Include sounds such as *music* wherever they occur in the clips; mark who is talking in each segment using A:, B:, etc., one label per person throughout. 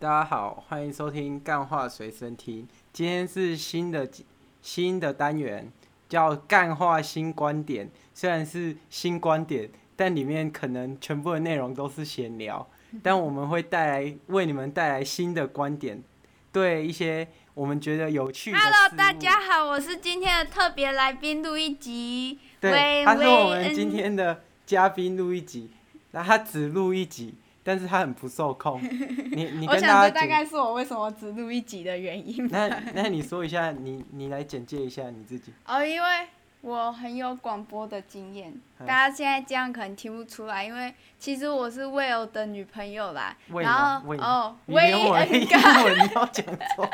A: 大家好，欢迎收听《干话随身听》。今天是新的集新的单元，叫“干话新观点”。虽然是新观点，但里面可能全部的内容都是
B: *laughs*
A: 闲聊，但我们会带来为你们带来新的观点，对一些我们觉得有趣的事物。
B: Hello，大家好，我是今天的特别来宾录一集。
A: 对，
B: 喂
A: 他是
B: 喂
A: 我们
B: 嗯
A: 今天的嘉宾录一集，然后他只录一集，但是他很不受
B: *laughs*
A: 控。你你
C: 我
A: 跟
C: 想
A: 大
C: 这
A: 家
C: 大
A: 简，
C: 概是我为什么只录一集的原因。
A: *laughs*
C: *laughs*
A: 那那你说一下，你你来简介一下你自己。
C: 哦，因为我很有广播的经验，
A: 嗯
C: 大家现在这样可能听不出来，因为其实我是 Will 的女朋友啦。
A: 喂
C: 然
A: 吗
C: 后
A: 喂吗
C: 哦，
A: 啊你连我的
C: 恩
A: 英
C: 嘎，
A: 文都讲
C: *laughs*
A: 错，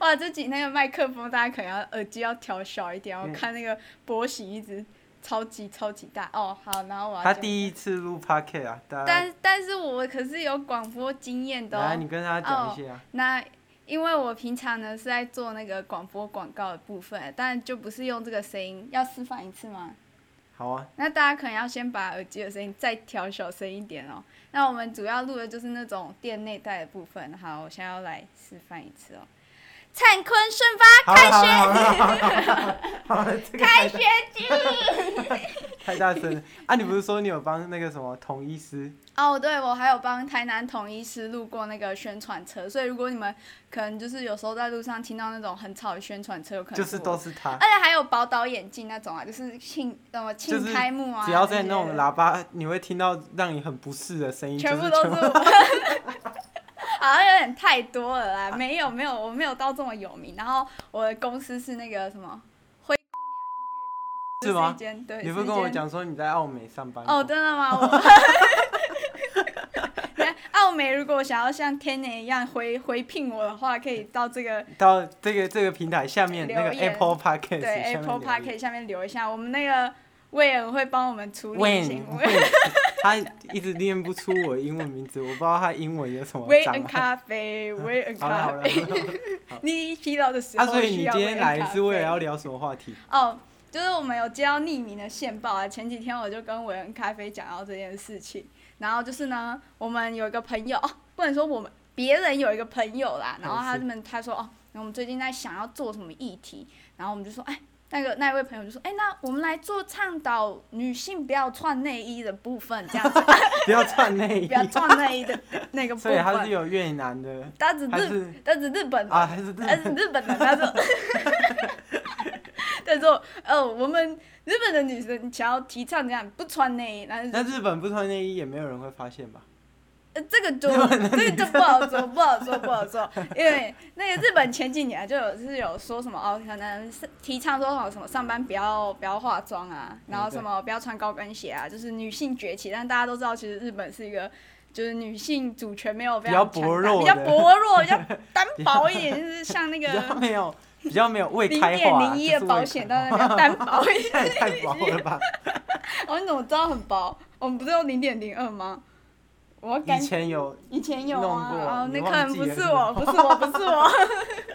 C: 哇，这几天的麦克风大家可能要耳机要调小一点，我
A: 嗯
C: 看那个波形一直超级超级大。哦，好，然后我要
A: 他
C: 讲
A: 第一呃次录 p o c k e t 啊，大家，
C: 但但是我可是有广播经验的、哦。
A: 来你跟他讲一些啊，
C: 那因为我平常呢是在做那个广播广告的部分，但就不是用这个声音，要示范一次吗？
A: 好啊，
C: 那大家可能要先把耳机的声音再调小声一点哦。那我们主要录的就是那种店内带的部分。好，我现在要来示范一次哦。灿坤顺
A: 好
C: 发
A: 了
C: 开
A: 好了好
C: 学
A: 了好了好了好了，这个太大 *laughs* 太大声了啊！你不是说你有帮那个什么统一
C: *laughs*
A: 师？
C: 哦，对，我还有帮台南统一师录过那个宣传车，所以如果你们可能就是有时候在路上听到那种很吵的宣传车，有可能
A: 就是
C: 我
A: 都是他
C: 而。且还有宝岛眼镜那种啊，就是庆什么庆
A: 就是
C: 开幕啊，
A: 只要在那种
C: 些
A: 喇叭，你会听到让你很不适的声音，
C: 全部
A: 就
C: 都
A: 是
C: 是我。 *laughs* 好像有点太多了啦，没有没有，我没有到这么有名。然后我的公司是那个什么灰
A: 是
C: 是
A: 吗
C: 一？间对，
A: 你
C: 是
A: 不
C: 一
A: 跟我
C: 间
A: 讲说你在澳美上班？
C: 哦，，真的吗？我 *laughs* 那澳美如果想要像天年一样回回聘我的话，可以到这个
A: 到这个这个平台下面那个
C: 留言
A: Apple Podcast
C: 对
A: 下面
C: Apple
A: 留言
C: Park 下面留一下，我们那个魏恩会帮我们处理
A: When
C: 行为。
A: When *laughs* 他一直念不出我的英文名字，我不知道他英文有什么
C: 威
A: 障
C: 恩
A: 碍。
C: 咖啡，威恩
A: *laughs* 好了
C: 咖
A: 好了，
C: 啡。
A: 好了
C: 你疲劳的时候
A: 啊，所以
C: 哎需
A: 你
C: 要
A: 今
C: 威
A: 天
C: 恩
A: 来
C: 咖
A: 是为了
C: 啡
A: 要聊什么话题？ *laughs*
C: 哦，就是我们有接到匿名的线报啊，前几天我就跟韦恩咖啡讲到这件事情，然后就是呢，我们有一个朋友，哦、不能说我们别人有一个朋友啦，然后
A: 哎
C: 他们他说哦，我们最近在想要做什么议题，然后我们就说哎。那个那一位朋友就说：“哎、那我们来做倡导女性不要穿内衣的部分，这样子 *laughs*
A: 不要穿内衣
C: 不，要穿内衣的 *laughs* 那个部
A: *laughs* 所以他是
C: 分。
A: 有越南的，
C: 他只
A: 他
C: 日
A: 是
C: 他只日本人
A: 啊还是日
C: 他是呃日本人，他说，
A: *laughs*
C: 他说，哦，我们日本的女生想要提倡这样不穿内衣，但是
A: 那日本不穿内衣也没有人会发现吧？
C: 呃这个就这个就不好说，不好说，不好说，因为那个日本前几年就有是有说什么哦，可能是提倡说哦什么上班不要不要化妆啊，然后什
A: 嗯
C: 么不要穿高跟鞋啊，就是女性崛起，但大家都知道，其实日本是一个。就是女性主权没有非常
A: 比较
C: 强
A: 薄
C: 大
A: 弱
C: 比较
A: 的
C: 薄弱，
A: *laughs*
C: 比较单薄一点，就是像那
A: 比
C: 个
A: 较没有， *laughs* 比较没有未
C: 啊零
A: 开
C: 点
A: 化啊，
C: 零一
A: 就
C: 的
A: 是未
C: 保险
A: 开化
C: 当然比较单薄一点。
A: *laughs* 太太薄了吧？
C: *laughs* 哦，你怎么知道很薄？我们不是用零点零二吗？我感
A: 以前有
C: 以前有啊，
A: 弄过
C: 哦，
A: 你
C: 那
A: 忘
C: 可能
A: 记
C: 不
A: 了
C: 是
A: 是吗
C: 我，不是我，不是我。 *laughs*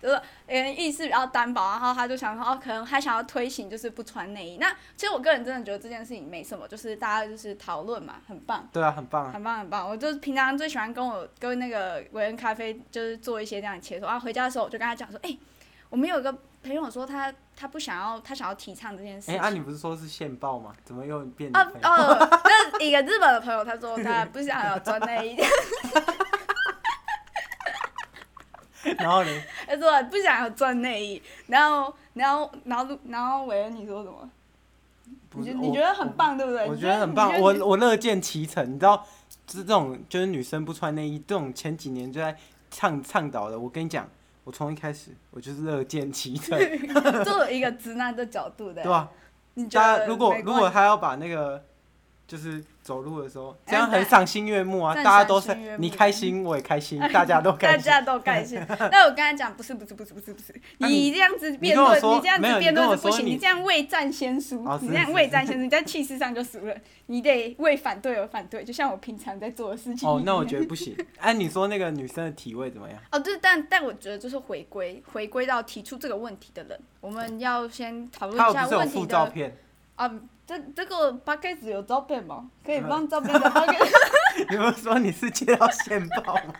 C: 就是嗯，意识比较单薄，然后他就想说，哦，可能他想要推行就是不穿内衣。那其实我个人真的觉得这件事情没什么，就是大家就是讨论嘛，很棒。
A: 对啊，很棒啊！
C: 很棒很棒，我就是平常最喜欢跟我跟那个韦恩咖啡就是做一些这样的切磋，然后回家的时候我就跟他讲说，哎、我们有一个朋友说他他不想要他想要提倡这件事
A: 哎、
C: 情。
A: 啊，你不是说是线报吗？怎么又变女
C: 哦
A: 朋友？
C: 哦，那一个日本的朋友，他说他不想要穿内衣， *laughs*
A: 然后呢？
C: 他说不想要穿内衣，然后然后然后然后韦恩你说什么？
A: 不
C: 你
A: 是
C: 觉你
A: 我
C: 觉得很棒对不对？
A: 我
C: 你
A: 觉得很棒，
C: 你
A: 我我乐见其成。你知道，就是这种就是女生不穿内衣这种，前几年就在倡倡导的。我跟你讲，我从一开始我就是乐见其成，
C: *laughs*
A: 对
C: 作为一个直男的角度的，
A: 吧、
C: 你觉
A: 啊大
C: 得
A: 家如果
C: 没
A: 如
C: 关
A: 果他要把那个就是走路的时候，这
C: 哎
A: 样很
C: 对
A: 赏心悦目啊，
C: 这
A: 大家
C: 很
A: 都
C: 赏
A: 是
C: 心悦目
A: 你开心我也开
C: *laughs*
A: 心，大家都
C: 大
A: 开心。
C: 家都
A: *laughs*
C: 开心。那我跟他讲，不是不是不是不是不是，
A: 那你
C: 你这样子辩
A: 你跟我
C: 论，
A: 说
C: 你这样
A: 没有
C: 子辩
A: 你跟我
C: 论是
A: 说
C: 不行，
A: 你
C: 你这样未战先输
A: 哦，
C: 你
A: 是
C: 这样
A: 是
C: 未战先输，你在气势上就输了，你得为反对而反对，就像我平常在做的事情一样。
A: 哦，那我觉得不
C: *laughs*
A: 行。哎、你说那个女生的体味怎么样？
C: 哦，就是但但我觉得就是回归回归到提出这个问题的人，我们要先讨论
A: 她有
C: 一下
A: 不是有
C: 问
A: 附
C: 题 *laughs*
A: 照
C: 的
A: 片？
C: 啊，这这个 p a c k a g e 有照片吗？可
A: 嗯
C: 以放照片的 p a c k a g e
A: 你不是说你是接到线报吗？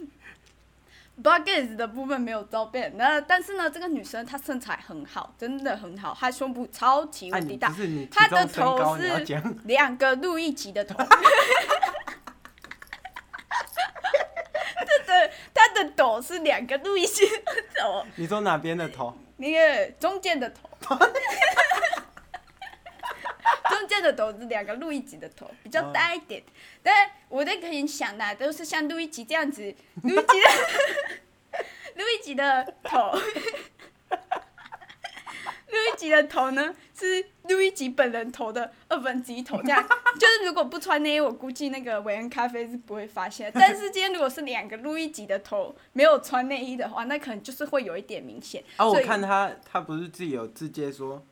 C: b u g g e s 的部分没有照片，那但是呢，这个女生她身材很好，真的很好，她胸部超级
A: 啊，
C: 无
A: 你
C: 敌
A: 不
C: 大，
A: 是你体
C: 她的
A: 重身
C: 头
A: 高你要
C: 是
A: 讲， *laughs*
C: 两个路易吉的头， *laughs* 她的她的头是两个路易吉的头，
A: 你说哪边的头？
C: 那个中间的头， *laughs* 中间的头是两个路易吉的头，比较大一点，但我在可以想的都是像路易吉这样子，路易吉的路易吉的头。 *laughs* 路易吉的头呢是路易吉本人头的二分之一头，这样就是如果不穿内衣，我估计那个韦恩咖啡是不会发现。但是今天如果是两个路易吉的头没有穿内衣的话，那可能就是会有一点明显。
A: 啊，我
C: 所以
A: 看他他不是自己有自介说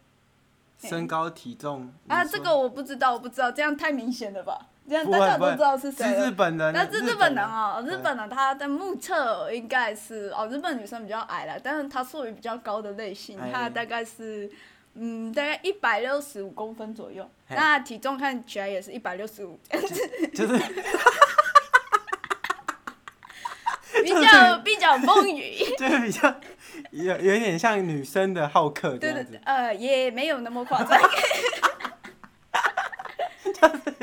C: 对
A: 身高体重
C: 啊，
A: 你说
C: 这个我不知道，我不知道，这样太明显了吧？这样
A: 不
C: 大
A: 会
C: 家
A: 不
C: 都
A: 会
C: 知道是
A: 是
C: 谁
A: 日
C: 了。
A: 本人，
C: 那是日本人哦，
A: 对
C: 日本人他的目测应该是哦，日本女生比较矮了，但是她属于比较高的类型
A: 嗯哎，
C: 她大概是嗯大概一百六十五公分左右，
A: 嘿
C: 那体重看起来也是一百六十
A: *laughs*
C: 五，
A: *laughs* 就是
C: 比较比较丰腴，
A: 就是比较有有点像女生的好客这
C: 对
A: 样
C: 对
A: 子
C: 对，，呃也没有那么夸
A: *laughs*
C: 张。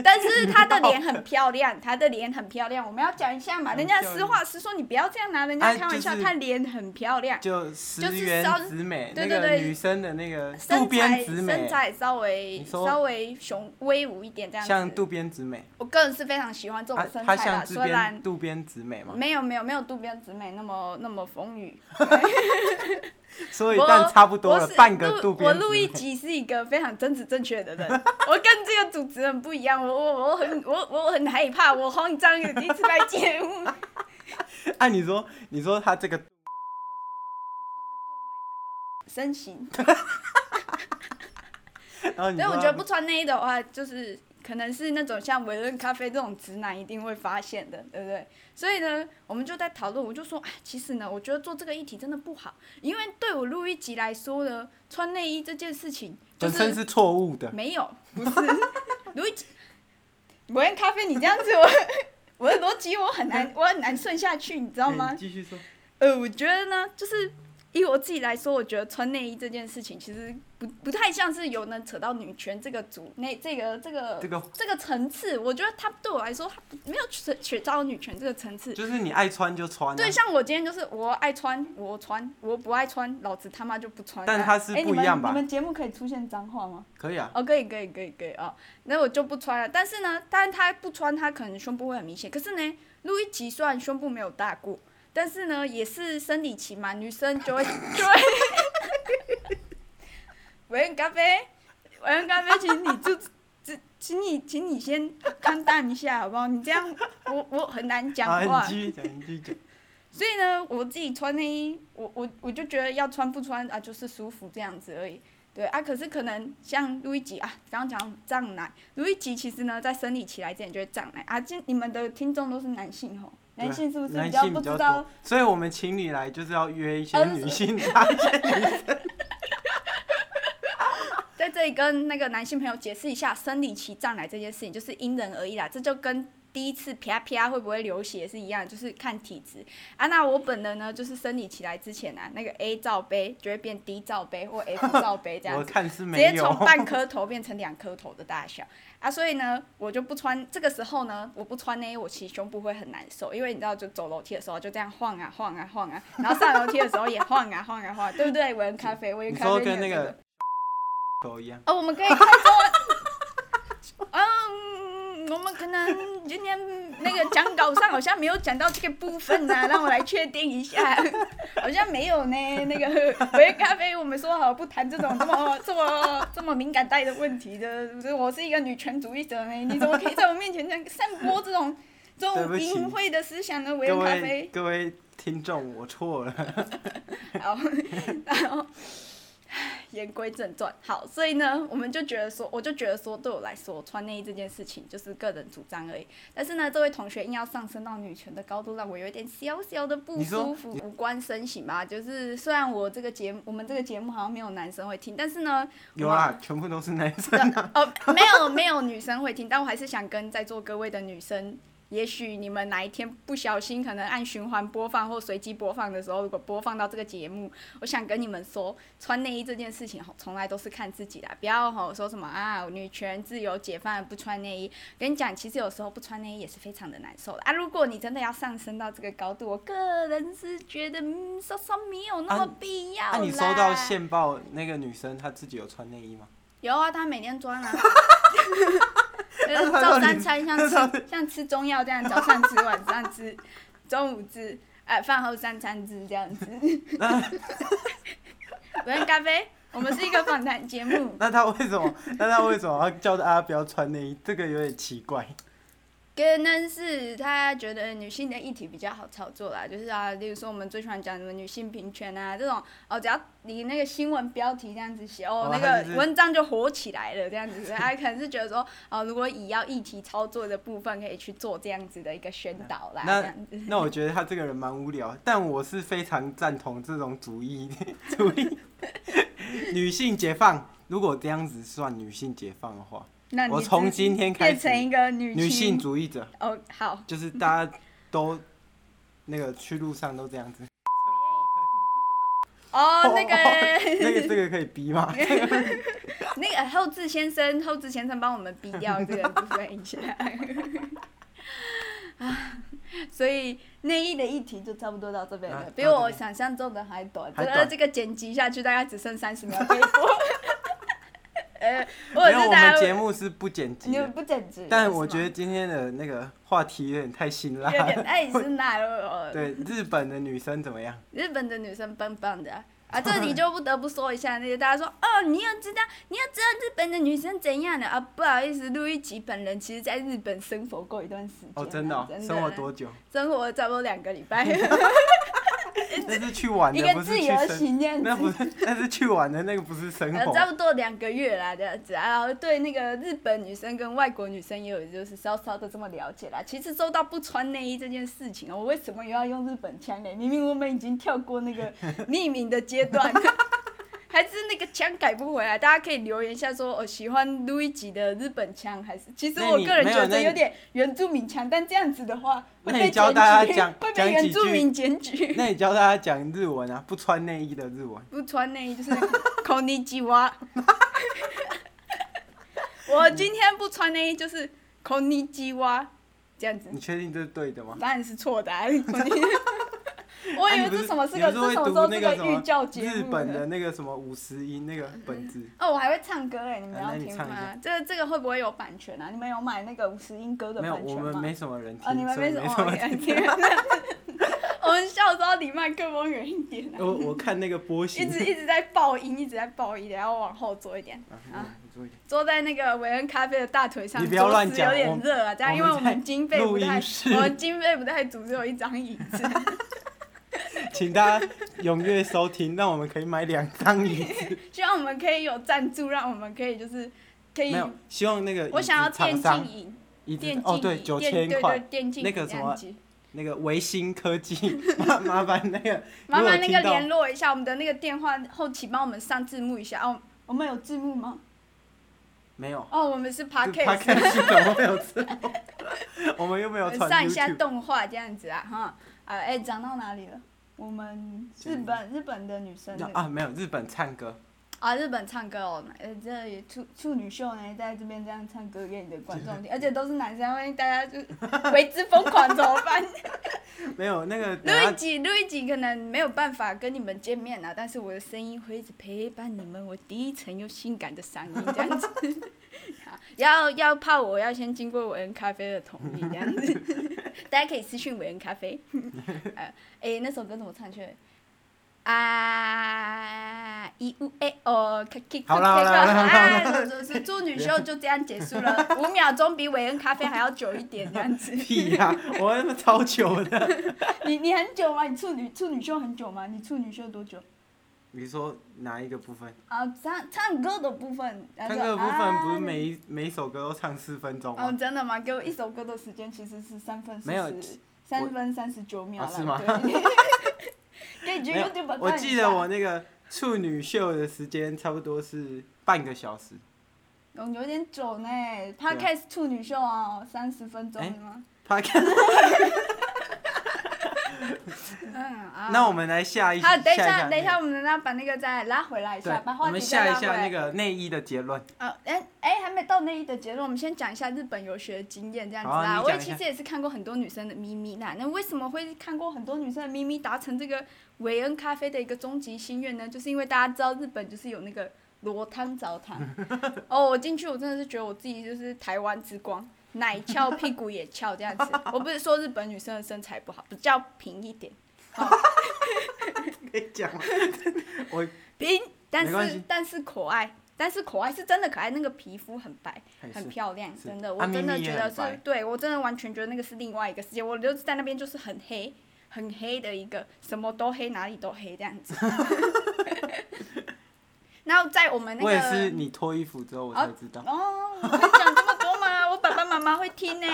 C: 但是她的脸很漂亮，她的脸很漂亮，我们要讲一下嘛，
A: 很
C: 人家
A: 漂
C: 实
A: 亮
C: 话实说，你不要这样拿人家
A: 哎
C: 开玩笑，
A: 就是
C: 她脸很漂亮。
A: 就石
C: 就是
A: 原
C: 稍
A: 直美
C: 对
A: 那
C: 对
A: 个
C: 对
A: 女生的那个渡
C: 身材
A: 边直
C: 身
A: 美，
C: 材稍微
A: 你说
C: 稍微雄威武一点这样子。
A: 像渡边直美，
C: 我个人是非常喜欢这种
A: 她
C: 身
A: 她
C: 材的，
A: 像渡
C: 虽然
A: 边渡边直美
C: *laughs*
A: 嘛，
C: 没有没有没有渡边直美那么那么风雨。
A: 所以
C: 我
A: 但差不多
C: 我
A: 了
C: 是，
A: 半个
C: 录
A: 渡边
C: 我
A: 直
C: 录一
A: 美。
C: 集是一个非常政治正确的人，我跟这个主持人不一样，我我我很我我很害怕，我慌张，有第一次来节目。
A: *laughs* 按、啊你说，你说她这个 *laughs*
C: 身形，
A: 然后你
C: 所以
A: 说
C: 我
A: 他
C: 觉得不穿内衣的话，就是可能是那种像维伦咖啡这种直男一定会发现的，对不对？所以呢，我们就在讨论，我就说，哎，其实呢，我觉得做这个议题真的不好，因为对我录一集来说呢，穿内衣这件事情就
A: 本身
C: 是
A: 是错误的，
C: 没有，不是录一 *laughs* 集。维恩咖啡，你这样子我。我的逻辑我很难，
A: 嗯
C: 我很难顺下去，你知道
A: 哎
C: 吗？
A: 你继续说，
C: 呃，我觉得呢，就是以我自己来说，我觉得穿内衣这件事情其实不不太像是有能扯到女权这个组内这个这个
A: 这个
C: 这个层次。我觉得它对我来说，它不没有扯扯到女权这个层次。
A: 就是你爱穿就穿、啊，
C: 对，像我今天就是我爱穿我穿，我不爱穿老子他妈就不穿。
A: 但它是
C: 哎
A: 不一样吧
C: 你们你们节目可以出现脏话吗？
A: 可以啊，
C: 哦，可以可以可以可以哦，那我就不穿了。但是呢，但他不穿，他可能胸部会很明显。可是呢，路易吉虽然胸部没有大过，但是呢，也是生理期嘛，女生就会就会。喂，咖啡，喂，咖啡，请你就只，请你，请你先看淡一下好不好？你这样我我很难讲话。
A: 啊，你继续讲，你继续讲，
C: 所以呢，我自己穿内衣，我我我就觉得要穿不穿啊，就是舒服这样子而已。对啊，可是可能像路易吉啊，刚刚讲胀奶，路易吉其实呢，在生理期来之前就会胀奶啊。今你们的听众都是男性吼，
A: 对
C: 男性是不是
A: 男
C: 比较
A: 性
C: 不
A: 比较
C: 知道
A: 多？，所以我们请你来就是要约一些
C: 呃
A: 女性，搭一些女生
C: 在这里跟那个男性朋友解释一下，生理期胀奶这件事情就是因人而异啦，这就跟第一次啪啪会不会流血是一样，就是看体质啊。那我本人呢，就是生理期来之前啊，那个 A 罩杯就会变 D 罩杯或 F 罩杯这样
A: 我
C: 子。
A: 看是
C: 直
A: 没
C: 接
A: 有
C: 从，半颗头变成两颗头的大小啊，所以呢，我就不穿。这个时候呢，我不穿内衣，我其实胸部会很难受，因为你知道，就走楼梯的时候就这样晃啊晃啊晃啊，然后上楼梯的时候也晃啊晃啊晃啊，对不对？闻咖啡，闻
A: 你
C: 咖啡
A: 说
C: 你有
A: 跟那
C: 这
A: 个球一样，
C: 哦，我们可以开桌。嗯，我们可能今天那个讲稿上好像没有讲到这个部分呢、让我来确定
A: *laughs*
C: 一下，好像没有呢。那个喂咖啡，我们说好不谈这种这么这么这么敏感带的问题的。我是一个女权主义者呢，你怎么可以在我面前这样散播这种这
A: 对不
C: 种
A: 起
C: 淫秽的思想呢？喂
A: 各
C: 咖
A: 位
C: 啡，
A: 各位听众，我错了，
C: 好，然后。唉言归正传，好，所以呢，我们就觉得说，我就觉得说，对我来说，穿内衣这件事情就是个人主张而已。但是呢，这位同学硬要上升到女权的高度，让我有一点小小的不
A: 你说
C: 舒服。无关身形吧，就是虽然我这个节目，我们这个节目好像没有男生会听，但是呢，
A: 有啊，全部都是男生。
C: *laughs* 哦
A: *laughs*
C: 没有没有女生会听，但我还是想跟在座各位的女生，也许你们哪一天不小心可能按循环播放或随机播放的时候，如果播放到这个节目，我想跟你们说，穿内衣这件事情吼，从来都是看自己啦，不要吼说什么啊，女权自由解放不穿内衣。跟你讲，其实有时候不穿内衣也是非常的难受的啊。如果你真的要上升到这个高度，我个人是觉得，嗯，稍稍没有那么必要啦。
A: 那、啊你收到线报那个女生她自己有穿内衣吗？
C: 有啊，他每天
A: *laughs*
C: 穿啊，
A: 那
C: 呃
A: 他到
C: 照
A: 底
C: 三餐像吃像吃中药这样，早上吃，晚上吃，中午吃，哎、饭后三餐吃这样子。我用咖啡，我们是一个访谈节目，
A: *laughs*
C: *laughs*
A: 那她为什么？那她为什么要叫大家不要穿内衣？这个有点奇怪。
C: 可能是他觉得女性的议题比较好操作啦，就是啊，例如说我们最喜欢讲什么女性平权啊这种，哦，只要你那个新闻标题这样子写，
A: 哦，
C: 哦那
A: 他就
C: 个
A: 是
C: 文章就火起来了这样子，他可能是觉得说，哦，如果以要议题操作的部分可以去做这样子的一个宣导啦，
A: 那
C: 这样 *laughs* 子。
A: 那我觉得她这个人蛮无聊，但我是非常赞同这种主义 *laughs* 主义。女性解放，如果这样子算女性解放的话，
C: 那你
A: 我从
C: 自己
A: 今天开
C: 变
A: 始
C: 成一个女
A: 女性主义者
C: 哦，好，
A: 就是大家都那个去路上都这样子。
C: 哦，那个。
A: 那个这个可以逼吗？
C: *laughs* 那个后置先生，后置先生帮我们逼掉这个部分一下。 *laughs* 啊，所以内衣的议题就差不多到这边了，
A: 啊
C: 比我想象中的还短。
A: 还短
C: 这个剪辑下去大概只剩三十秒可以播。 *laughs* 呃，我
A: 没
C: 也
A: 有，
C: 是
A: 我
C: 大
A: 们
C: 家
A: 节目是不剪辑
C: 你们
A: 的，
C: 不剪辑，
A: 但我觉
C: 得
A: 得今天的那个话题有点太辛辣。
C: 有点
A: *laughs*
C: 爱是呃那了。
A: 对，日本的女生怎么样？
C: 日本的女生棒棒的啊。
A: *laughs*
C: 啊，这里就不得不说一下，那个大家说，哦，你要知道，你要知道日本的女生怎样的啊？不好意思，路易吉本人其实在日本生活过一段时间啊、
A: 哦，真的、哦，
C: 真的
A: 生活多
C: *laughs*
A: 久？
C: 生活差不多两个礼
A: *laughs*
C: 拜， *laughs*
A: 那是去玩
C: 一
A: 的，
C: 个
A: 不
C: 自
A: 是去
C: 由
A: 生。
C: 行这样
A: *laughs* 那不
C: 子，
A: 是，那是去玩的，那个不是生
C: 呃，
A: 活。
C: 差不多两个月啦这样子啊，然后对那个日本女生跟外国女生也有就是稍稍的这么了解啦。其实说到不穿内衣这件事情哦，我为什么又要用日本腔呢？明明我们已经跳过那个 *laughs* 匿名的阶段。还是那个腔改不回来，大家可以留言一下说，哦、喜欢路易吉的日本腔，还是其实
A: 那
C: 我
A: 你
C: 个人
A: 没有
C: 觉
A: 那
C: 得
A: 你
C: 有点原住民腔，但这样子的话会
A: 那
C: 被
A: 你教
C: 检
A: 大家
C: 举
A: 讲
C: 会
A: 讲
C: 被原
A: 几
C: 住
A: 句
C: 民检
A: *laughs*
C: 举。
A: 那你教大家讲日文啊，不穿内衣的日文。
C: 不穿内衣就是 k o n i
A: *laughs*
C: 我今天不穿内衣就是 k o n i 这样子，
A: 你确定这是对的吗？
C: 当然是错的、啊。
A: *laughs*
C: 我以
A: 啊
C: 为
A: 你不
C: 这
A: 是
C: 什么是
A: 你
C: 个，
A: 不
C: 这
A: 是会
C: 什么时
A: 读
C: 候
A: 那
C: 是
A: 个
C: 个
A: 什
C: 寓
A: 么
C: 教节
A: 日
C: 目
A: 本的那个什么五十音那个本子？
C: 哦，我还会唱歌哎，你们
A: 啊
C: 要
A: 那你
C: 听
A: 唱一
C: 吗
A: 下？
C: 这个这个会不会有版权啊？你们有买那个五十音歌的
A: 没
C: 版
A: 有，
C: 权
A: 我
C: 吗？
A: 们没什么人
C: 啊，你
A: 听，
C: 们
A: 所以
C: 什
A: 没
C: 么
A: 什么人
C: *laughs* 感
A: 听
C: 觉。。 *laughs* 我们笑时候离麦克风远一点
A: *laughs*
C: 啊，
A: 我我看那个波
C: 一
A: 形。
C: 直一直在爆音，一直在爆音，然后往后坐一点。
A: 啊
C: 啊
A: 我注意
C: 坐在那个韦恩咖啡的大腿上，
A: 你不要乱讲
C: 桌子有点热啊，这样因为
A: 我
C: 我
A: 们在
C: 们经费不
A: 录
C: 太
A: 音室，
C: 我们经费不太足，只有一张椅子。 *laughs*
A: 请大家踊跃收听，让我们可以买两张椅子。
C: 希望我们可以有赞助，让我们可以就是可以
A: 没，有，希望那个
C: 我想要
A: 椅子厂
C: 电
A: 商
C: 竞椅，
A: 椅
C: 电
A: 子
C: 竞
A: 哦
C: 椅，
A: 对，九
C: 电
A: 千
C: 对对
A: 块，
C: 电竞椅
A: 那个
C: 这
A: 什么
C: 样子
A: 那个维新科技 *laughs* 麻麻烦那个
C: 麻烦
A: 如果
C: 那个
A: 听到
C: 联络一下我们的那个电话后期，帮我们上字幕一下哦。我们有字幕吗？
A: 没有
C: 哦，我们是 p o
A: 这
C: d c a s t
A: podcast 系统没有字幕，我们又没有
C: *laughs*
A: 传
C: 上一下
A: YouTube，
C: 动画这样子啊，哈，啊，哎，讲到哪里了？我们日本日本的女生那个
A: 啊没有日本唱歌，
C: 啊，日本唱歌哦，呃，这也处处女秀呢，在这边这样唱歌给你的观众听，而且都是男生，万一大家就为之疯狂怎么办？
A: 没有那
C: *laughs*
A: 个等
C: 录一
A: 下
C: 集，录一集可能没有办法跟你们见面啊，但是我的声音会一直陪伴你们，我低沉又性感的嗓音这样子。 *laughs* 好要要泡我要先经过韦恩咖啡的同意这样子， *laughs* 大家可以私讯韦恩咖啡。 *laughs* 呃，哎、那首歌怎么唱去？啊，一五哎哦，可可
A: 好啦好啦好啦好
C: 啊，是祝女秀就这样结束了，五秒钟比韦恩咖啡还要久一点这样
A: *laughs*
C: 子。
A: 屁啊呀，
C: *laughs*
A: 我他妈超久的，
C: 你你很久吗？你处女处女秀很久吗？你处女秀多久？
A: 你说哪一个部分？
C: 啊，唱唱歌的部分，然后
A: 唱歌的
C: 就
A: 部分不是
C: 啊
A: 每一每一首歌都唱四分钟
C: 哦，
A: 吗？
C: 真的吗？给我一首歌的时间其实是三分四
A: 没有
C: 十，三分三十九秒
A: 啊
C: 了，
A: 是吗 *laughs*
C: 对可以去
A: 没有
C: YouTube
A: 我
C: 看一
A: 记得
C: 下
A: 我那个处女秀的时间差不多是半个小时
C: 嗯有点久呢，Podcast 处女秀哦，三十分钟
A: 啊哎
C: 吗？
A: ，Podcast。
C: 嗯啊。
A: 那我们来下一，
C: 好，等一
A: 下
C: 下，
A: 那
C: 等一
A: 个
C: 下，我们要把那个再拉回来一下，
A: 对，
C: 把
A: 我
C: 话
A: 们
C: 题
A: 下
C: 再拉
A: 一
C: 回
A: 下那
C: 来。
A: 个内衣的结论。
C: 呃，哎哎，还没到那一的结论，我们先讲一下日本游学的经验这样子
A: 好啊
C: 啦。
A: 你
C: 我
A: 讲
C: 也
A: 一
C: 其
A: 下
C: 实也是看过很多女生的咪咪啦。那为什么会看过很多女生的咪咪，达成这个韦恩咖啡的一个终极心愿呢？就是因为大家知道日本就是有那个罗汤澡堂。哦，我进去我真的是觉得我自己就是台湾之光，奶翘屁股也翘这样子。我不是说日本女生的身材不好，比较平一点，
A: 可以讲吗？我
C: 平，但
A: 没关
C: 是
A: 系
C: 但是可爱，但是可爱是真的可爱，那个皮肤很白。
A: 还
C: 很
A: 是
C: 漂亮，
A: 是
C: 真的，
A: 啊
C: 我真的
A: 咪咪也
C: 觉得
A: 很白
C: 是，对我真的完全觉得那个是另外一个世界，我就是在那边就是很黑，很黑的一个，什么都黑，哪里都黑这样子。 *laughs* 然后在我们那
A: 我也是
C: 个
A: 你脱衣服之后我才知 *laughs* 道。
C: 哦， *laughs* 我会讲这么多吗？我爸爸妈妈会听呢。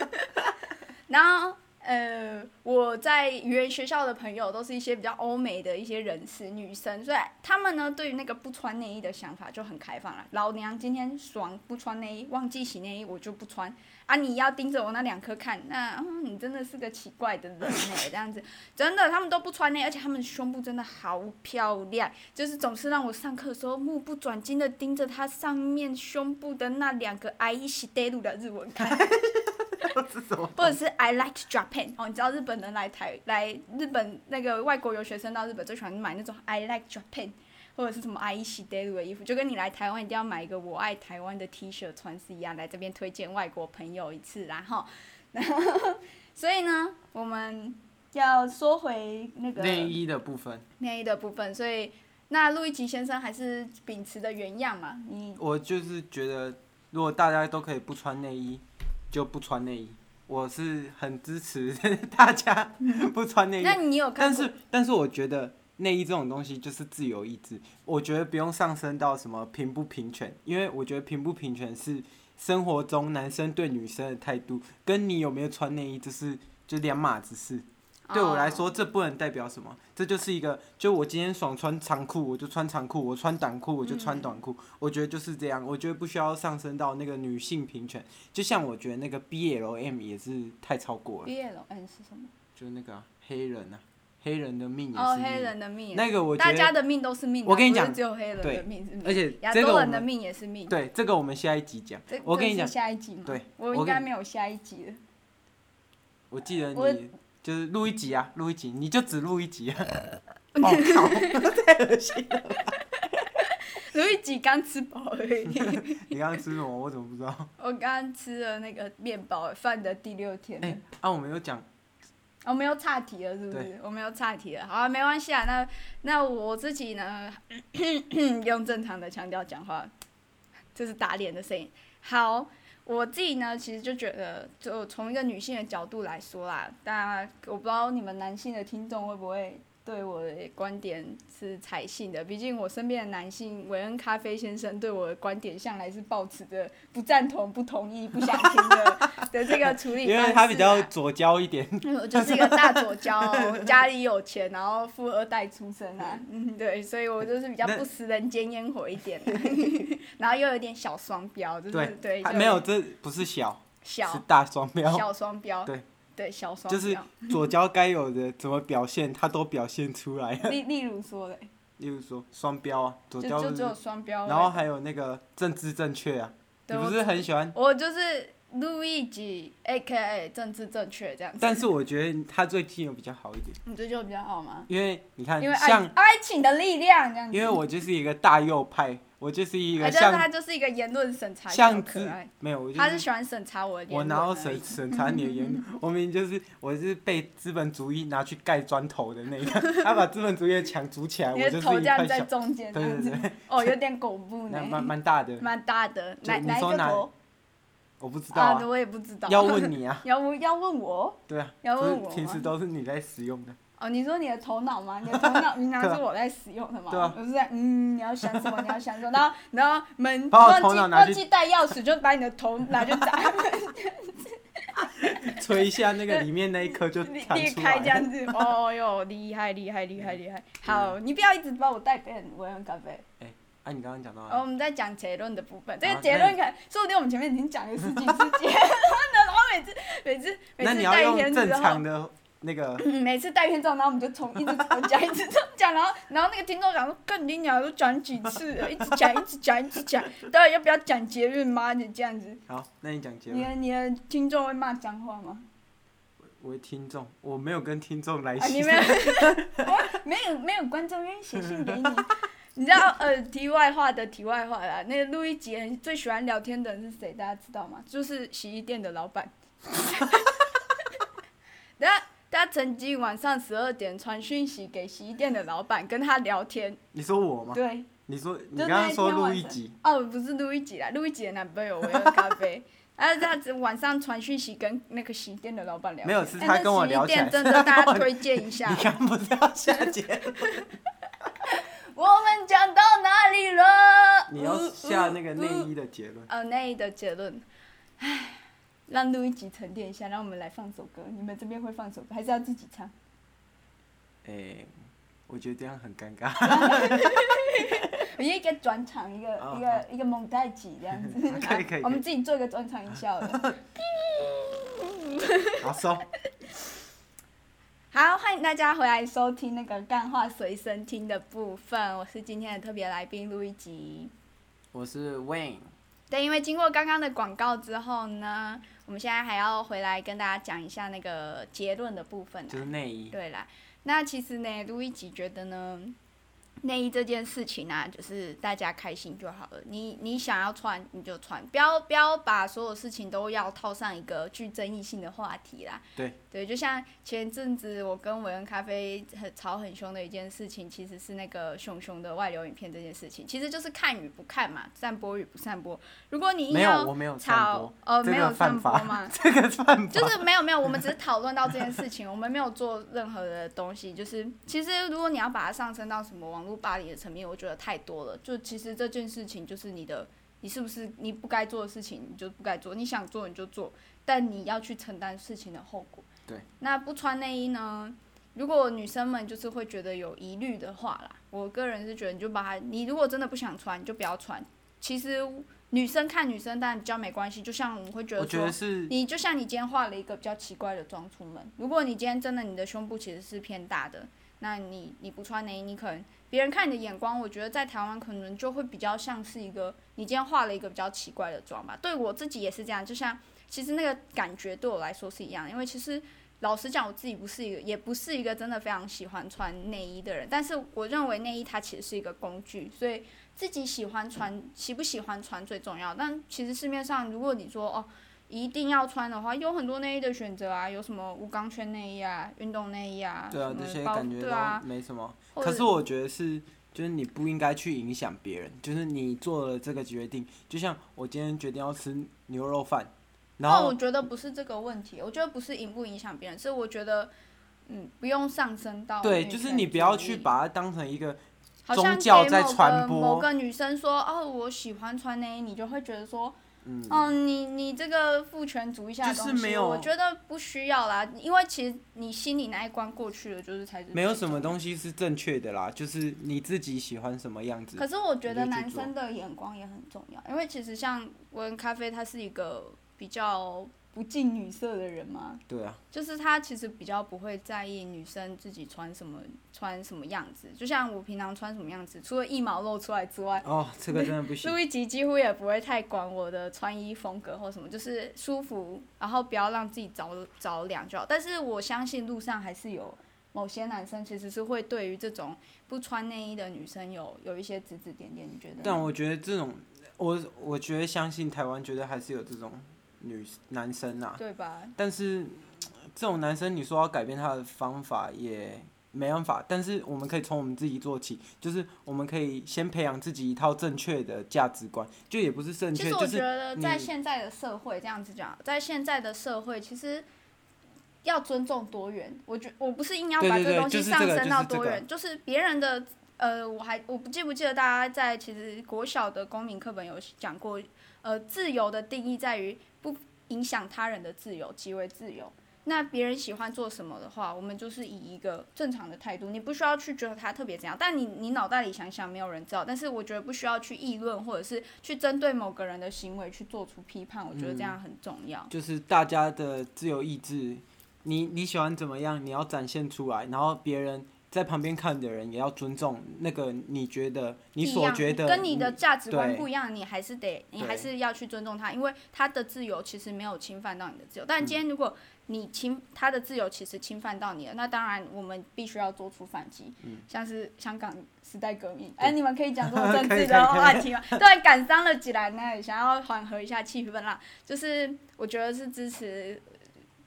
C: *laughs* 然后呃，我在语言学校的朋友都是一些比较欧美的一些人士，女生，所以他们呢对于那个不穿内衣的想法就很开放了。老娘今天爽不穿内衣，忘记洗内衣我就不穿啊！你要盯着我那两颗看，那、嗯、你真的是个奇怪的人呢、这样子真的他们都不穿内衣，而且他们胸部真的好漂亮，就是总是让我上课的时候目不转睛的盯着她上面胸部的那两个 I s d a y 的日文看。
A: 是什么？
C: 或者是 I like Japan 哦，你知道日本人来台来日本那个外国留学生到日本最喜欢买那种 I like Japan 或者是什么 I s d a y 的衣服，就跟你来台湾一定要买一个我爱台湾的 T 恤穿是一样，来这边推荐外国朋友一次啦哈。 *laughs* 然后，所以呢，我们要说回那个
A: 内衣的部分，
C: 内衣的部分，所以那路易吉先生还是秉持的原样嘛，你
A: 我就是觉得，如果大家都可以不穿内衣，就不穿内衣。我是很支持 *laughs* 大家不穿内衣
C: 嗯那，你有看
A: 但
C: 过
A: 是但是我觉得内衣这种东西就是自由意志，我觉得不用上升到什么平不平权，因为我觉得平不平权是生活中男生对女生的态度，跟你有没有穿内衣就是就两码子事。对我来
C: 哦
A: 说，这不能代表什么，这就是一个，就我今天爽穿长裤，我就穿长裤；我穿短裤，我就穿短
C: 嗯
A: 裤。我觉得就是这样，我觉得不需要上升到那个女性平权。就像我觉得那个 BLM 也是太超过了，
C: BL 嗯是什么？
A: 就那个啊、黑人啊，黑人的命也是
C: 哦，
A: 命
C: 黑人的命也是
A: 那个我觉
C: 大家
A: 得，
C: 的命都是命啊，
A: 我跟你讲
C: 不是只有黑人的命是命，
A: 而且
C: 亚
A: 这个
C: 洲
A: 我
C: 人的
A: 们
C: 命也是命。
A: 对这个我们下一集讲
C: 这。
A: 我跟你
C: 这
A: 讲
C: 是，下一集吗？
A: 对
C: 我
A: 我
C: 应
A: 跟
C: 该
A: 你
C: 没有下一集了。
A: 我记得
C: 我
A: 你就是录一集啊，录一集，你就只录一集
C: *laughs*
A: 啊。我靠，太恶心了！
C: 有一集刚吃饱而
A: *laughs*
C: 已，
A: 你刚刚吃什么？我怎么不知道？
C: 我刚吃了那个面包饭的第六天了。
A: 哎、啊，我们有讲
C: 我没有岔题了，是不是
A: 对？
C: 我没有岔题了，好、啊，没关系啊。那那我自己呢， *coughs* 用正常的腔调讲话，这是打脸的声音。好，我自己呢，其实就觉得，就从一个女性的角度来说啦，但我不知道你们男性的听众会不会对我的观点是采信的。毕竟我身边的男性，韦恩咖啡先生对我的观点向来是抱持着不赞同、不同意、不想听
A: *laughs*
C: 的的这个处理
A: 因
C: 方式啊、
A: 为他比较左交一点，
C: 因为我 *laughs* 就是一个大左交哦，
A: *laughs*
C: 我家里有钱，然后富二代出身啊，嗯，对，所以我就是比较
A: 那
C: 不食人间烟火一点、啊，
A: *laughs*
C: 然后又有点小双标，就是
A: 对
C: 对，
A: 他
C: 就
A: 没有这不是小，是
C: 小
A: 大双标，
C: 小双标，
A: 对
C: 对小双标，
A: 就是 *laughs* 左交该有的怎么表现，他都表现出来。 *laughs*
C: 例例如说嘞，
A: 例如说双标啊，左
C: 就
A: 交
C: 就
A: 不
C: 只有
A: 是，
C: 双标而已，
A: 然后还有那个政治正确啊，你
C: 对
A: 不
C: 我
A: 是很喜欢？
C: 我就是路易吉 A K A 政治正确这样子，
A: 但是我觉得他最近有比较好一点，
C: 你这就比较好吗？
A: 因为你看
C: 因为爱
A: 像，
C: 爱情的力量这样子，
A: 因为我就是一个大右派，我就是一
C: 啊
A: 个
C: 就是他
A: 像
C: 就是一个言论审查小
A: 像
C: 可
A: 之
C: 爱，
A: 没有，我就
C: 他是喜欢审查我的言
A: 我
C: 论啊
A: 哪
C: 而
A: 有审
C: 已，
A: 审查你的言
C: *laughs*
A: 论？我明明就是我是被资本主义拿去盖砖头的那一个，他把资本主义的墙筑起来，
C: 你
A: 哎我
C: 的
A: 就是
C: 头
A: 一
C: 这样
A: 块
C: 在
A: 小，
C: 中间，
A: 对对
C: 这样子 *laughs*
A: 对，
C: 哦，有点恐怖呢
A: 那，蛮蛮大的，
C: 蛮大的，
A: 就
C: 哪
A: 你
C: 哪一
A: 说
C: 个
A: 哪
C: 头
A: 我不知道
C: 啊？
A: 啊，
C: 我也不知道，
A: *laughs* 要问你啊，
C: *laughs* 要问要问我
A: 对啊，
C: 要
A: 不
C: 问
A: 是
C: 我
A: 平时
C: 吗
A: 都是你在使用的，
C: 哦，你说你的头脑吗？你的头脑
A: *laughs*
C: 平常是我在使用的吗？
A: 啊对啊
C: 我是在嗯，你要想什么？你要想什么？然后然后门
A: 把我
C: 忘
A: 头
C: 记
A: 脑拿去
C: 忘记带钥匙，就把你的头拿去砸
A: 吹一下那个里面那一颗 *laughs*
C: *laughs*
A: 就
C: 裂
A: 弹
C: 裂
A: 出来
C: 开这
A: 了。
C: 样子。哦哟，厉害厉害厉害厉害！好，你不要一直把我带偏，我用咖啡。
A: 啊，你刚刚讲到
C: 然后
A: 哪
C: 哦我
A: 里？
C: 们在讲结论的部分，这
A: 好啊
C: 个结
A: 那
C: 论
A: 你
C: 可说不定我们前面已经讲了十
A: *laughs*
C: 几次结论了，然后每次每次每
A: 那
C: 次
A: 你要
C: 带一天
A: 用
C: 之
A: 正
C: 后
A: 常。的那个，
C: 嗯每次带偏之后，然后我们就从一直重讲，一直重
A: *laughs*
C: 讲，然后然后那个听众讲说，更你鸟都讲几次了，一直讲，一直讲，一直讲，到底要不要讲结论吗？你这样子，
A: 好，那你讲结
C: 你
A: 论
C: 的。你的听众会骂脏话吗？
A: 我听众，我没有跟听众来
C: 啊，你
A: 信
C: 没有，没有没有观众愿意写信给你。 *laughs* 你知道呃，题外话的题外话啦，那个路易吉很最喜欢聊天的人是谁？大家知道吗？就是洗衣店的老板。 *laughs* 他他曾经晚上十二点传讯息给洗衣店的老板，跟他聊天。
A: 你说我吗？
C: 对，
A: 你说你
C: 就
A: 刚
C: 那
A: 刚
C: 一
A: 说
C: 天
A: 录
C: 晚
A: 一
C: 上
A: 集，
C: 哦，不是路易吉啦，路易吉的男朋友我喝咖啡。然后他只晚上传讯息跟那个洗衣店的老板聊天，
A: 没有是
C: 哎
A: 他
C: 那
A: 跟我
C: 洗衣
A: 聊起
C: 店
A: 来
C: 真
A: 是他
C: 的，大
A: *laughs* 跟
C: 家
A: 我
C: 推荐一下。
A: 你刚不是要
C: *laughs*
A: 下结论？
C: 我们讲到哪里了？
A: 你要下那个内衣的结论。
C: 呃内衣的结论，唉，让录一集沉淀一下，让我们来放首歌。你们这边会放首歌，还是要自己唱？
A: 哎，我觉得这样很尴尬。 *laughs*
C: 我一个转场，一个、
A: 哦
C: 一个一个蒙太奇这样
A: *laughs*
C: 子。
A: 啊可以可以可以
C: 我们自己做一个转场音效了。
A: 好收，
C: 好，欢迎大家回来收听那个干话随身听的部分，我是今天的特别来宾录一集。
A: 我是 Wayne。
C: 对，因为经过刚刚的广告之后呢，我们现在还要回来跟大家讲一下那个结论的部分、啊。
A: 就是内衣，
C: 对啦，那其实呢，路易吉觉得呢，内衣这件事情啊，就是大家开心就好了。你你想要穿你就穿，不要不要把所有事情都要套上一个具争议性的话题啦。
A: 对
C: 对，就像前阵子我跟韦恩咖啡很吵很凶的一件事情，其实是那个熊熊的外流影片这件事情，其实就是看与不看嘛，散播与不散播。如果你硬
A: 没有，
C: 要
A: 我没有散
C: 吵
A: 播，，
C: 呃，
A: 这
C: 没
A: 个
C: 有
A: 犯
C: 散播
A: 法
C: 嘛，
A: 这个犯法。
C: 就是没有没有，我们只是讨论到这件事情，我们没有做任何的东西。就是其实如果你要把它上升到什么网络霸凌的层面，我觉得太多了。就其实这件事情就是你的，你是不是你不该做的事情你就不该做，你想做你就做，但你要去承担事情的后果。
A: 对，
C: 那不穿内衣呢？如果女生们就是会觉得有疑虑的话啦，我个人是觉得你就把它，你如果真的不想穿，你就不要穿。其实女生看女生，但比较没关系。就像我会觉得
A: 我
C: 说，
A: 觉得是
C: 你就像你今天化了一个比较奇怪的妆出门，如果你今天真的你的胸部其实是偏大的，那你你不穿内衣，你可能别人看你的眼光，我觉得在台湾可能就会比较像是一个你今天化了一个比较奇怪的妆吧。对我自己也是这样，就像其实那个感觉对我来说是一样，因为其实老实讲，我自己不是一个，也不是一个真的非常喜欢穿内衣的人，但是我认为内衣它其实是一个工具，所以自己喜欢
A: 嗯
C: 穿，喜不喜欢穿最重要。但其实市面上，如果你说哦。一定要穿的话，有很多内衣的选择啊，有什么无钢圈内衣啊、运动内衣啊，
A: 对啊
C: 什，么
A: 这些
C: 包
A: 感觉
C: 对啊，
A: 都没什么。
C: 或
A: 可
C: 者
A: 是我觉得是，就是你不应该去影响别人，就是你做了这个决定，就像我今天决定要吃牛肉饭，然
C: 那我
A: 后
C: 觉得不是这个问题，我觉得不是影不影响别人，是我觉得，嗯，不用上升到
A: 对，
C: 女
A: 就是
C: 权
A: 你不要
C: 主
A: 去
C: 义
A: 把它当成一个
C: 好
A: 宗
C: 像
A: 教
C: 给
A: 在
C: 某个
A: 传
C: 某
A: 播
C: 个女生说哦，我喜欢穿内衣，你就会觉得说，
A: 嗯，
C: 嗯，你你这个父权主义下的
A: 就是
C: 东西，
A: 没有
C: 我觉得不需要啦，因为其实你心里那一关过去了，就是才是
A: 没有
C: 最
A: 什么
C: 重要
A: 东西是正确的啦，就是你自己喜欢什么样
C: 可
A: 子。
C: 是我觉得
A: 你就去
C: 男生的眼光也很重要，因为其实像文咖啡，他是一个比较不近女色的人嘛，
A: 对啊，
C: 就是他其实比较不会在意女生自己穿什么穿什么样子，就像我平常穿什么样子，除了一毛露出来之外，
A: 哦，这个真的不行
C: 路。易吉几乎也不会太管我的穿衣风格或什么，就是舒服，然后不要让自己着着凉就好。但是我相信路上还是有某些男生其实是会对于这种不穿内衣的女生有有一些指指点点，你觉得呢？
A: 但我觉得这种，我我觉得相信台湾绝对还是有这种女男生啊，
C: 对吧？
A: 但是这种男生，你说要改变他的方法也没办法。但是我们可以从我们自己做起，就是我们可以先培养自己一套正确的价值观，就也不是正
C: 其
A: 确，
C: 实我
A: 就
C: 觉
A: 是
C: 得在
A: 你
C: 现在的社会这样子讲，在现在的社会，其实要尊重多元。我觉我不是硬要
A: 对
C: 把
A: 对
C: 这
A: 对
C: 东西
A: 就是
C: 上
A: 这个
C: 升
A: 就
C: 到
A: 是这
C: 多
A: 个
C: 元，就是别人的。呃，我还我不记不记得大家在其实国小的公民课本有讲过，呃，自由的定义在于不影响他人的自由，即为自由。那别人喜欢做什么的话，我们就是以一个正常的态度，你不需要去觉得他特别怎样，但你你脑袋里想想，没有人知道。但是我觉得不需要去议论，或者是去针对某个人的行为去做出批判，我觉得这样很重要。
A: 就是大家的自由意志，你你喜欢怎么样，你要展现出来，然后别人在旁边看的人也要尊重那个你觉得你
C: 一
A: 所
C: 样
A: 觉得
C: 跟你的价值观
A: 对
C: 不一样，你还是得，你
A: 对
C: 还是要去尊重他，因为他的自由其实没有侵犯到你的自由。
A: 嗯
C: 但今天如果你侵他的自由，其实侵犯到你了，那当然我们必须要做出反击。
A: 嗯
C: 像是香港时代革命，哎、你们可以讲这
A: *laughs*
C: 种政
A: 可以可以
C: 治的
A: 可以
C: 话题吗？ *laughs* 对，感伤了起来呢，想要缓和一下气氛啦。就是我觉得是支持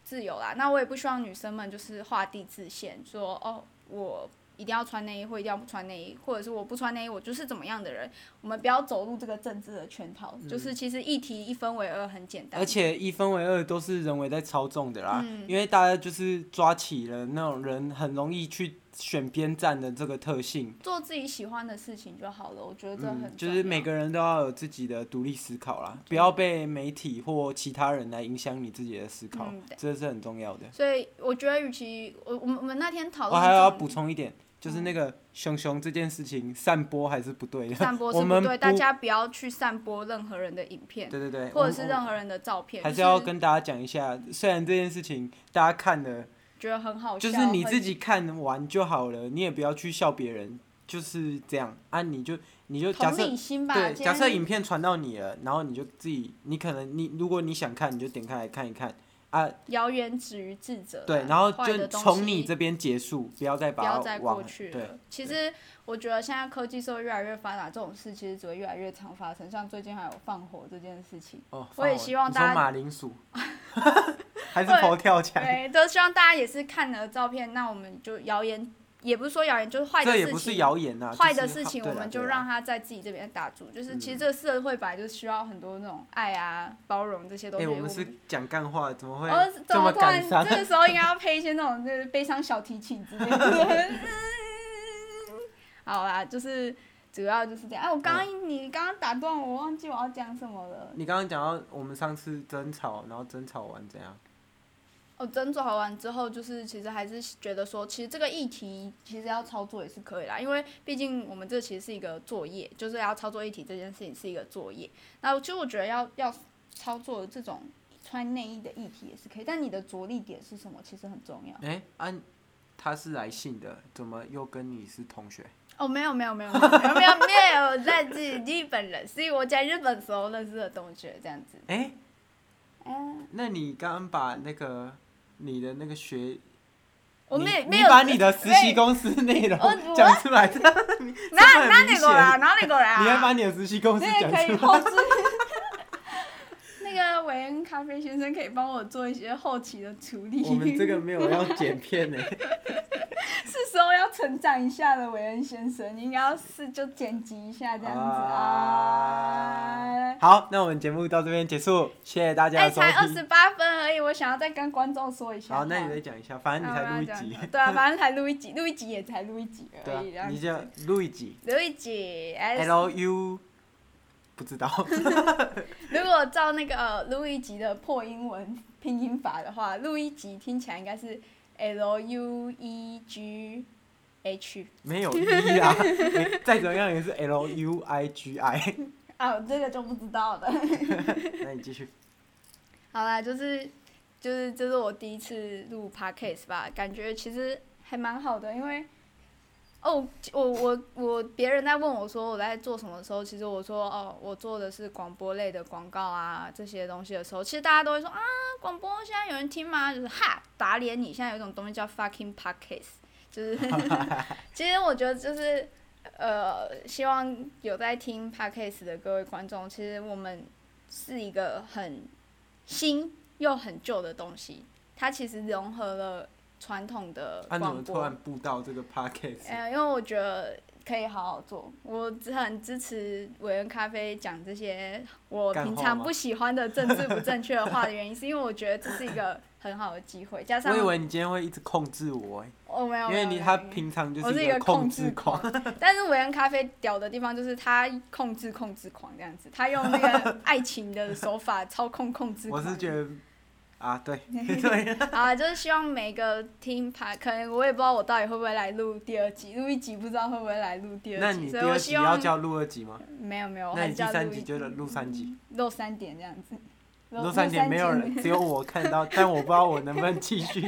C: 自由啦。那我也不希望女生们就是画地自限，说哦，我一定要穿内衣，或一定要不穿内衣，或者是我不穿内衣，我就是怎么样的人。我们不要走入这个政治的圈套，就是其实一题一分为二很简单。
A: 嗯而且一分为二都是人为在操纵的啦，
C: 嗯
A: 因为大家就是抓起了那种人很容易去选边站的这个特性，
C: 做自己喜欢的事情就好了，我觉得这很重要、
A: 嗯，就是每个人都要有自己的独立思考啦，不要被媒体或其他人来影响你自己的思考，
C: 嗯对
A: 这是很重要的。
C: 所以我觉得，与其我我们我们嗯那天讨
A: 我
C: 论，
A: 还要补充一点，就是那个熊熊这件事情散播还是不对的， *laughs*
C: 散播是
A: 我
C: 不
A: 们
C: 对，大家不要去散播任何人的影片，
A: 对对对，
C: 或
A: 我
C: 者
A: 们
C: 是任何人的照片，
A: 还是
C: 就
A: 要跟大家讲一下，虽然这件事情大家看了。
C: 觉得很好笑，
A: 就是你
C: 很
A: 自己看完就好了，你也不要去笑别人，就是这样啊。你就你就假
C: 同
A: 设
C: 理心吧。
A: 对，
C: 今
A: 假设
C: 天
A: 影片传到你了，然后你就自己，你可能你如果你想看，你就点开来看一看啊。
C: 谣言止于智者啦，
A: 对，然后
C: 啊坏的
A: 就
C: 东
A: 从
C: 西
A: 你这边结束，不要再
C: 不
A: 把
C: 要
A: 它
C: 再
A: 往
C: 过去
A: 对
C: 了。其实我觉得现在科技社会越来越发达，这种事其实只会越来越常发生。像最近还有放火这件
A: *laughs*
C: 事情，
A: 哦。
C: 我也
A: 放
C: 希望
A: 你
C: 大
A: 说
C: 家
A: 马铃薯，
C: *laughs*
A: 还是
C: 对
A: 佛跳墙，
C: 对，都希望大家也是看了照片，那我们就谣言也不是说谣言，就是坏的
A: 这
C: 事
A: 也
C: 情，
A: 不是谣言呐、啊。
C: 坏
A: 就
C: 的
A: 是
C: 事情，
A: 对
C: 我
A: 啦
C: 们就
A: 对啦嗯
C: 让他在自己这边打住。就是其实这个社会本来就需要很多那种爱啊、包容这些东
A: 哎、
C: 西。
A: 我们是讲干话，怎么会
C: 哦，怎
A: 这
C: 么
A: 么
C: 突然
A: 感伤？
C: 这个时候应该要配一些那种就是悲伤小提琴之类的。 *laughs* 好啦，就是主要就是这样。哎、我
A: 嗯
C: 刚刚你刚刚打断我，忘记我要讲什么了。
A: *laughs* 你刚刚讲到我们上次争吵，然后争吵完怎样？
C: 我真做好哦完之后，就是其实还是觉得说，其实这个议题其实要操作也是可以啦，因为毕竟我们这其实是一个作业，就是要操作议题这件事情是一个作业。那其实我觉得要要操作这种穿内衣的议题也是可以，但你的着力点是什么其实很重要。
A: 哎、啊，他是来信的，怎么又跟你是同学？
C: 哦，没有没有没有没有没有没有没有，在自己日本人，是我在日本时候认识的同学这样子。
A: 哎、
C: 嗯，
A: 那你刚刚把那个你的那个学，
C: 我
A: 你
C: 没没
A: 你
C: 有
A: 把你的实习
C: 没
A: 公司内容
C: 我我
A: 讲出来，这样你
C: 哪
A: 这么
C: 哪
A: 明
C: 里
A: 显
C: 过来哪里过来啊？
A: 你要把你的实习公司
C: 那
A: 讲
C: 个可以
A: 出
C: 后
A: 来。
C: 置。那个韦恩咖啡先生可以帮我做一些后期的处理。
A: 我们这个没有要剪片
C: *laughs*
A: 呢、
C: 是时候要成长一下了，韦恩先生，你应该要是就剪辑一下这样子啊。
A: 好，那我们节目到这边结束，谢谢大家
C: 哎，
A: 的收
C: 才二
A: 听
C: 十。八分而已，我想要再跟观众说一下话。
A: 好，那你再讲一下，反正你才录一集
C: 啊。
A: *laughs*
C: 对啊，反正才录一集，录一集也才录一集而已。
A: 对啊，
C: 这
A: 你
C: 样
A: 就
C: 子
A: 录一集。
C: 录一集，哎，
A: L U，不知道。 *laughs*
C: 如果照那个呃录一集的破英文拼音法的话，录一集听起来应该是 L U E G H
A: 没
C: *laughs*
A: 有 E 啊，没再怎么样也是 L U I G I。 *laughs*
C: 啊，这个就不知道了。 *laughs*
A: 那你继续。
C: 好啦，就是就是这是我第一次录 podcast 吧，感觉其实还蛮好的，因为哦，我我我别人在问我说我在做什么的时候，其实我说哦，我做的是广播类的广告啊这些东西的时候，其实大家都会说啊，广播现在有人听吗？就是哈打脸你，现在有一种东西叫 fucking podcast，就是 *laughs*
A: *laughs*
C: 其实我觉得就是。呃，希望有在听 podcast 的各位观众，其实我们是一个很新又很旧的东西，它其实融合了传统的
A: *laughs* 啊，你
C: 广
A: 们突
C: 播。哎
A: 然布到这个 podcast，
C: 呃，因为我觉得可以好好做。我很支持韦恩咖啡讲这些我
A: 干
C: 平
A: 话
C: 常
A: 吗
C: 不喜欢的政治不正确的话的原因，是因为我觉得这是一个很好的机会，加上
A: 我以为你今天会一直控制我、欸，
C: 我没有，
A: 因为
C: 没
A: 你
C: 有
A: 他
C: 没有
A: 平常就
C: 我是
A: 一
C: 一个
A: 个控
C: 控
A: 制
C: 制
A: 狂，
C: 但是韦恩咖啡屌的地方就是他控制控制狂这样子，他用那个爱情的手法操控控制 *laughs*
A: 我
C: 狂。
A: 是觉得啊，
C: *laughs*
A: 对对，
C: 啊，就是希望每个听牌，可能我也不知道我到底会不会来录第二集，录一集不知道会不会来录第
A: 那
C: 二
A: 你
C: 集，
A: 第
C: 所以我
A: 二集
C: 希
A: 要
C: 望
A: 叫录二集吗？
C: 没有没有，我
A: 那
C: 还
A: 你
C: 是
A: 第
C: 要
A: 三
C: 录
A: 集
C: 一
A: 就录三集，
C: 录三点这样子。
A: 录三集没有人，只有我看到，但我不知道我能不能继
C: *laughs*
A: 续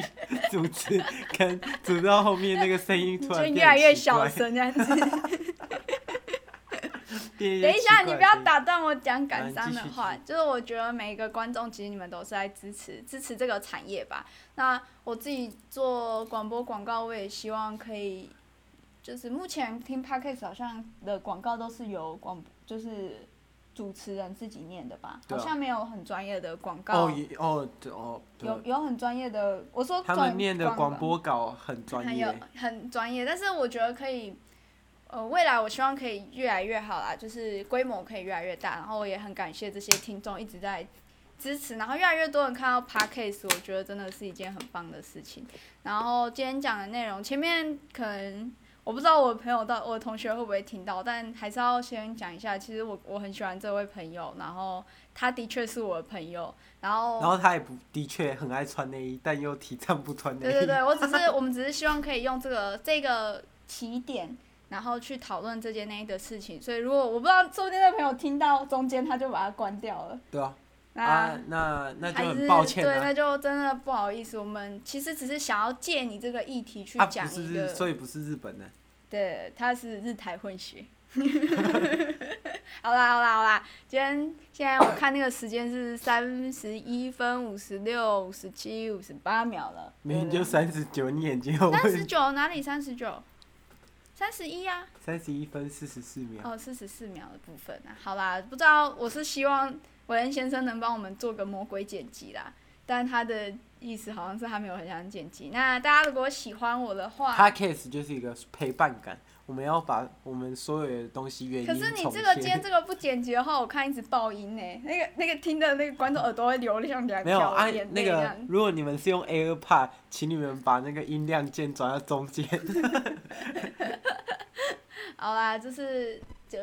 A: 主持，跟主持到后面那个声音 *laughs* 突
C: 就
A: 然变
C: 越来越
A: 奇
C: 小
A: 怪，
C: 声这样子。
A: 变
C: 等一下，
A: *laughs* 奇怪
C: 你
A: 的
C: 不要
A: 声音
C: 打断我讲感
A: 嗯
C: 伤
A: 继
C: 的
A: 续
C: 话
A: 继。续
C: 就是我觉得每一个观众，其实你们都是在支持支持这个产业吧。那我自己做广播广告，我也希望可以，就是目前听 podcast 好像的广告都是由广，就是主持人自己念的吧，
A: 对啊
C: 好像没有很专业的广告。
A: 哦也哦对哦对
C: 有，有很专业的，我说
A: 他
C: 转
A: 们念的
C: 广
A: 广播稿很专
C: 很
A: 业
C: 有，哦很专业，但是我觉得可以，呃，未来我希望可以越来越好啦，就是规模可以越来越大，然后我也很感谢这些听众一直在支持，然后越来越多人看到 podcast，我觉得真的是一件很棒的事情。然后今天讲的内容，前面可能我不知道我朋友到我的同学会不会听到，但还是要先讲一下，其实我我很喜欢这位朋友，然后他的确是我的朋友，然后
A: 然后他也不的确很爱穿内衣，但又提倡不穿内
C: *laughs* 对
A: 衣。
C: 对对，
A: *laughs*
C: 我只是我们只是希望可以用这个这个起点，然后去讨论这件内衣的事情。所以如果我不知道，说不定那朋友听到中间他就把它关掉了。
A: 对啊，
C: 那、
A: 啊那那就
C: 还
A: 很
C: 是
A: 抱歉
C: 对，
A: 啊，
C: 那就真的不好意思。我们其实只是想要借你这个议题去
A: 啊
C: 讲
A: 不是
C: 一
A: 日，
C: 个，
A: 所以不是日本的，
C: 对，他是日台混血。 *laughs* 好啦好啦好啦，今天现在我看那个时间是三十一分五十六、五十七、五十八秒了，
A: 明明
C: 对
A: 就三十九，你眼睛有
C: 三十
A: 问题。
C: 九哪里三十九？三十一啊，
A: 三十一分四十四秒，
C: 哦，四十四秒的部分啊。好啦，不知道我是希望韦恩先生能帮我们做个魔鬼剪辑啦，但他的意思好像是他没有很想剪辑。那大家如果喜欢我的话，
A: Podcast 就是一个陪伴感，我们要把我们所有的东西原因
C: 可
A: 重
C: 是
A: 现。
C: 你这个今天这个不剪辑的话，我看一直爆音呢、那个那个听的那个观众耳朵会流泪，像
A: *laughs*
C: 两
A: 没有
C: 条
A: 啊
C: 眼，泪
A: 那
C: 这
A: 个
C: 样。
A: 如果你们是用 AirPod，请你们把那个音量键转到中间。
C: 好啦，就是就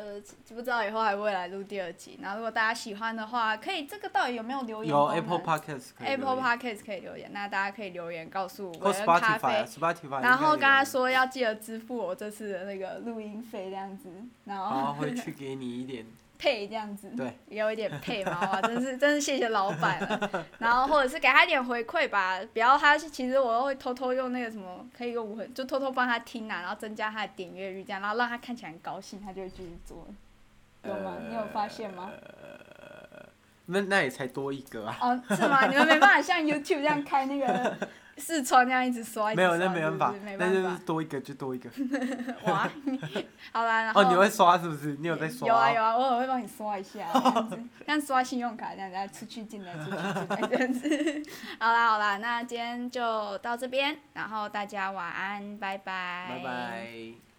C: 不知道以后还会来录第二集。然后如果大家喜欢的话，可以这个到底有没有留言
A: 有
C: 功能？
A: Apple Podcast 可以
C: Apple
A: 留言
C: Podcast 可以留言，那大家可以留言告诉
A: 或
C: 我恩
A: Spotify
C: 咖
A: 啊
C: 啡，
A: Spotify，
C: 然后
A: 应
C: 跟
A: 该有
C: 他说要记得支付我这次的那个录音费这样子，
A: 然
C: 然
A: 后
C: 后
A: 哦会去给你一点，
C: *laughs* 配这样子，
A: 对，
C: 有一点配嘛，哇，真是 *laughs* 真是谢谢老板了，然后或者是给他一点回馈吧，不要他其实我会偷偷用那个什么可以用无痕，就偷偷帮他听啊，然后增加他的点阅率这样，然后让他看起来很高兴，他就会继续做， *laughs* 有吗？你有发现吗？
A: 呃那那也才多一个啊。
C: 哦，是吗？你们没办法像 YouTube 这样开那
A: *laughs*
C: 个视窗那样一直刷，一直
A: 没有，那
C: 刷
A: 没
C: 是不
A: 办法
C: 是，没
A: 那
C: 办
A: 就是
C: 法。
A: 多一个就多
C: *laughs*
A: 一个。
C: 哇，好
A: *laughs*
C: 啦，然后
A: 哦，你会刷是不是？你有在刷？
C: 有啊有啊，我会帮你刷一下，这
A: *laughs*
C: 样子像刷信用卡这样子，啊出去进来出去进来这
A: *laughs*
C: 样子。好啦好啦，那今天就到这边，然后大家晚安，拜拜，
A: 拜拜。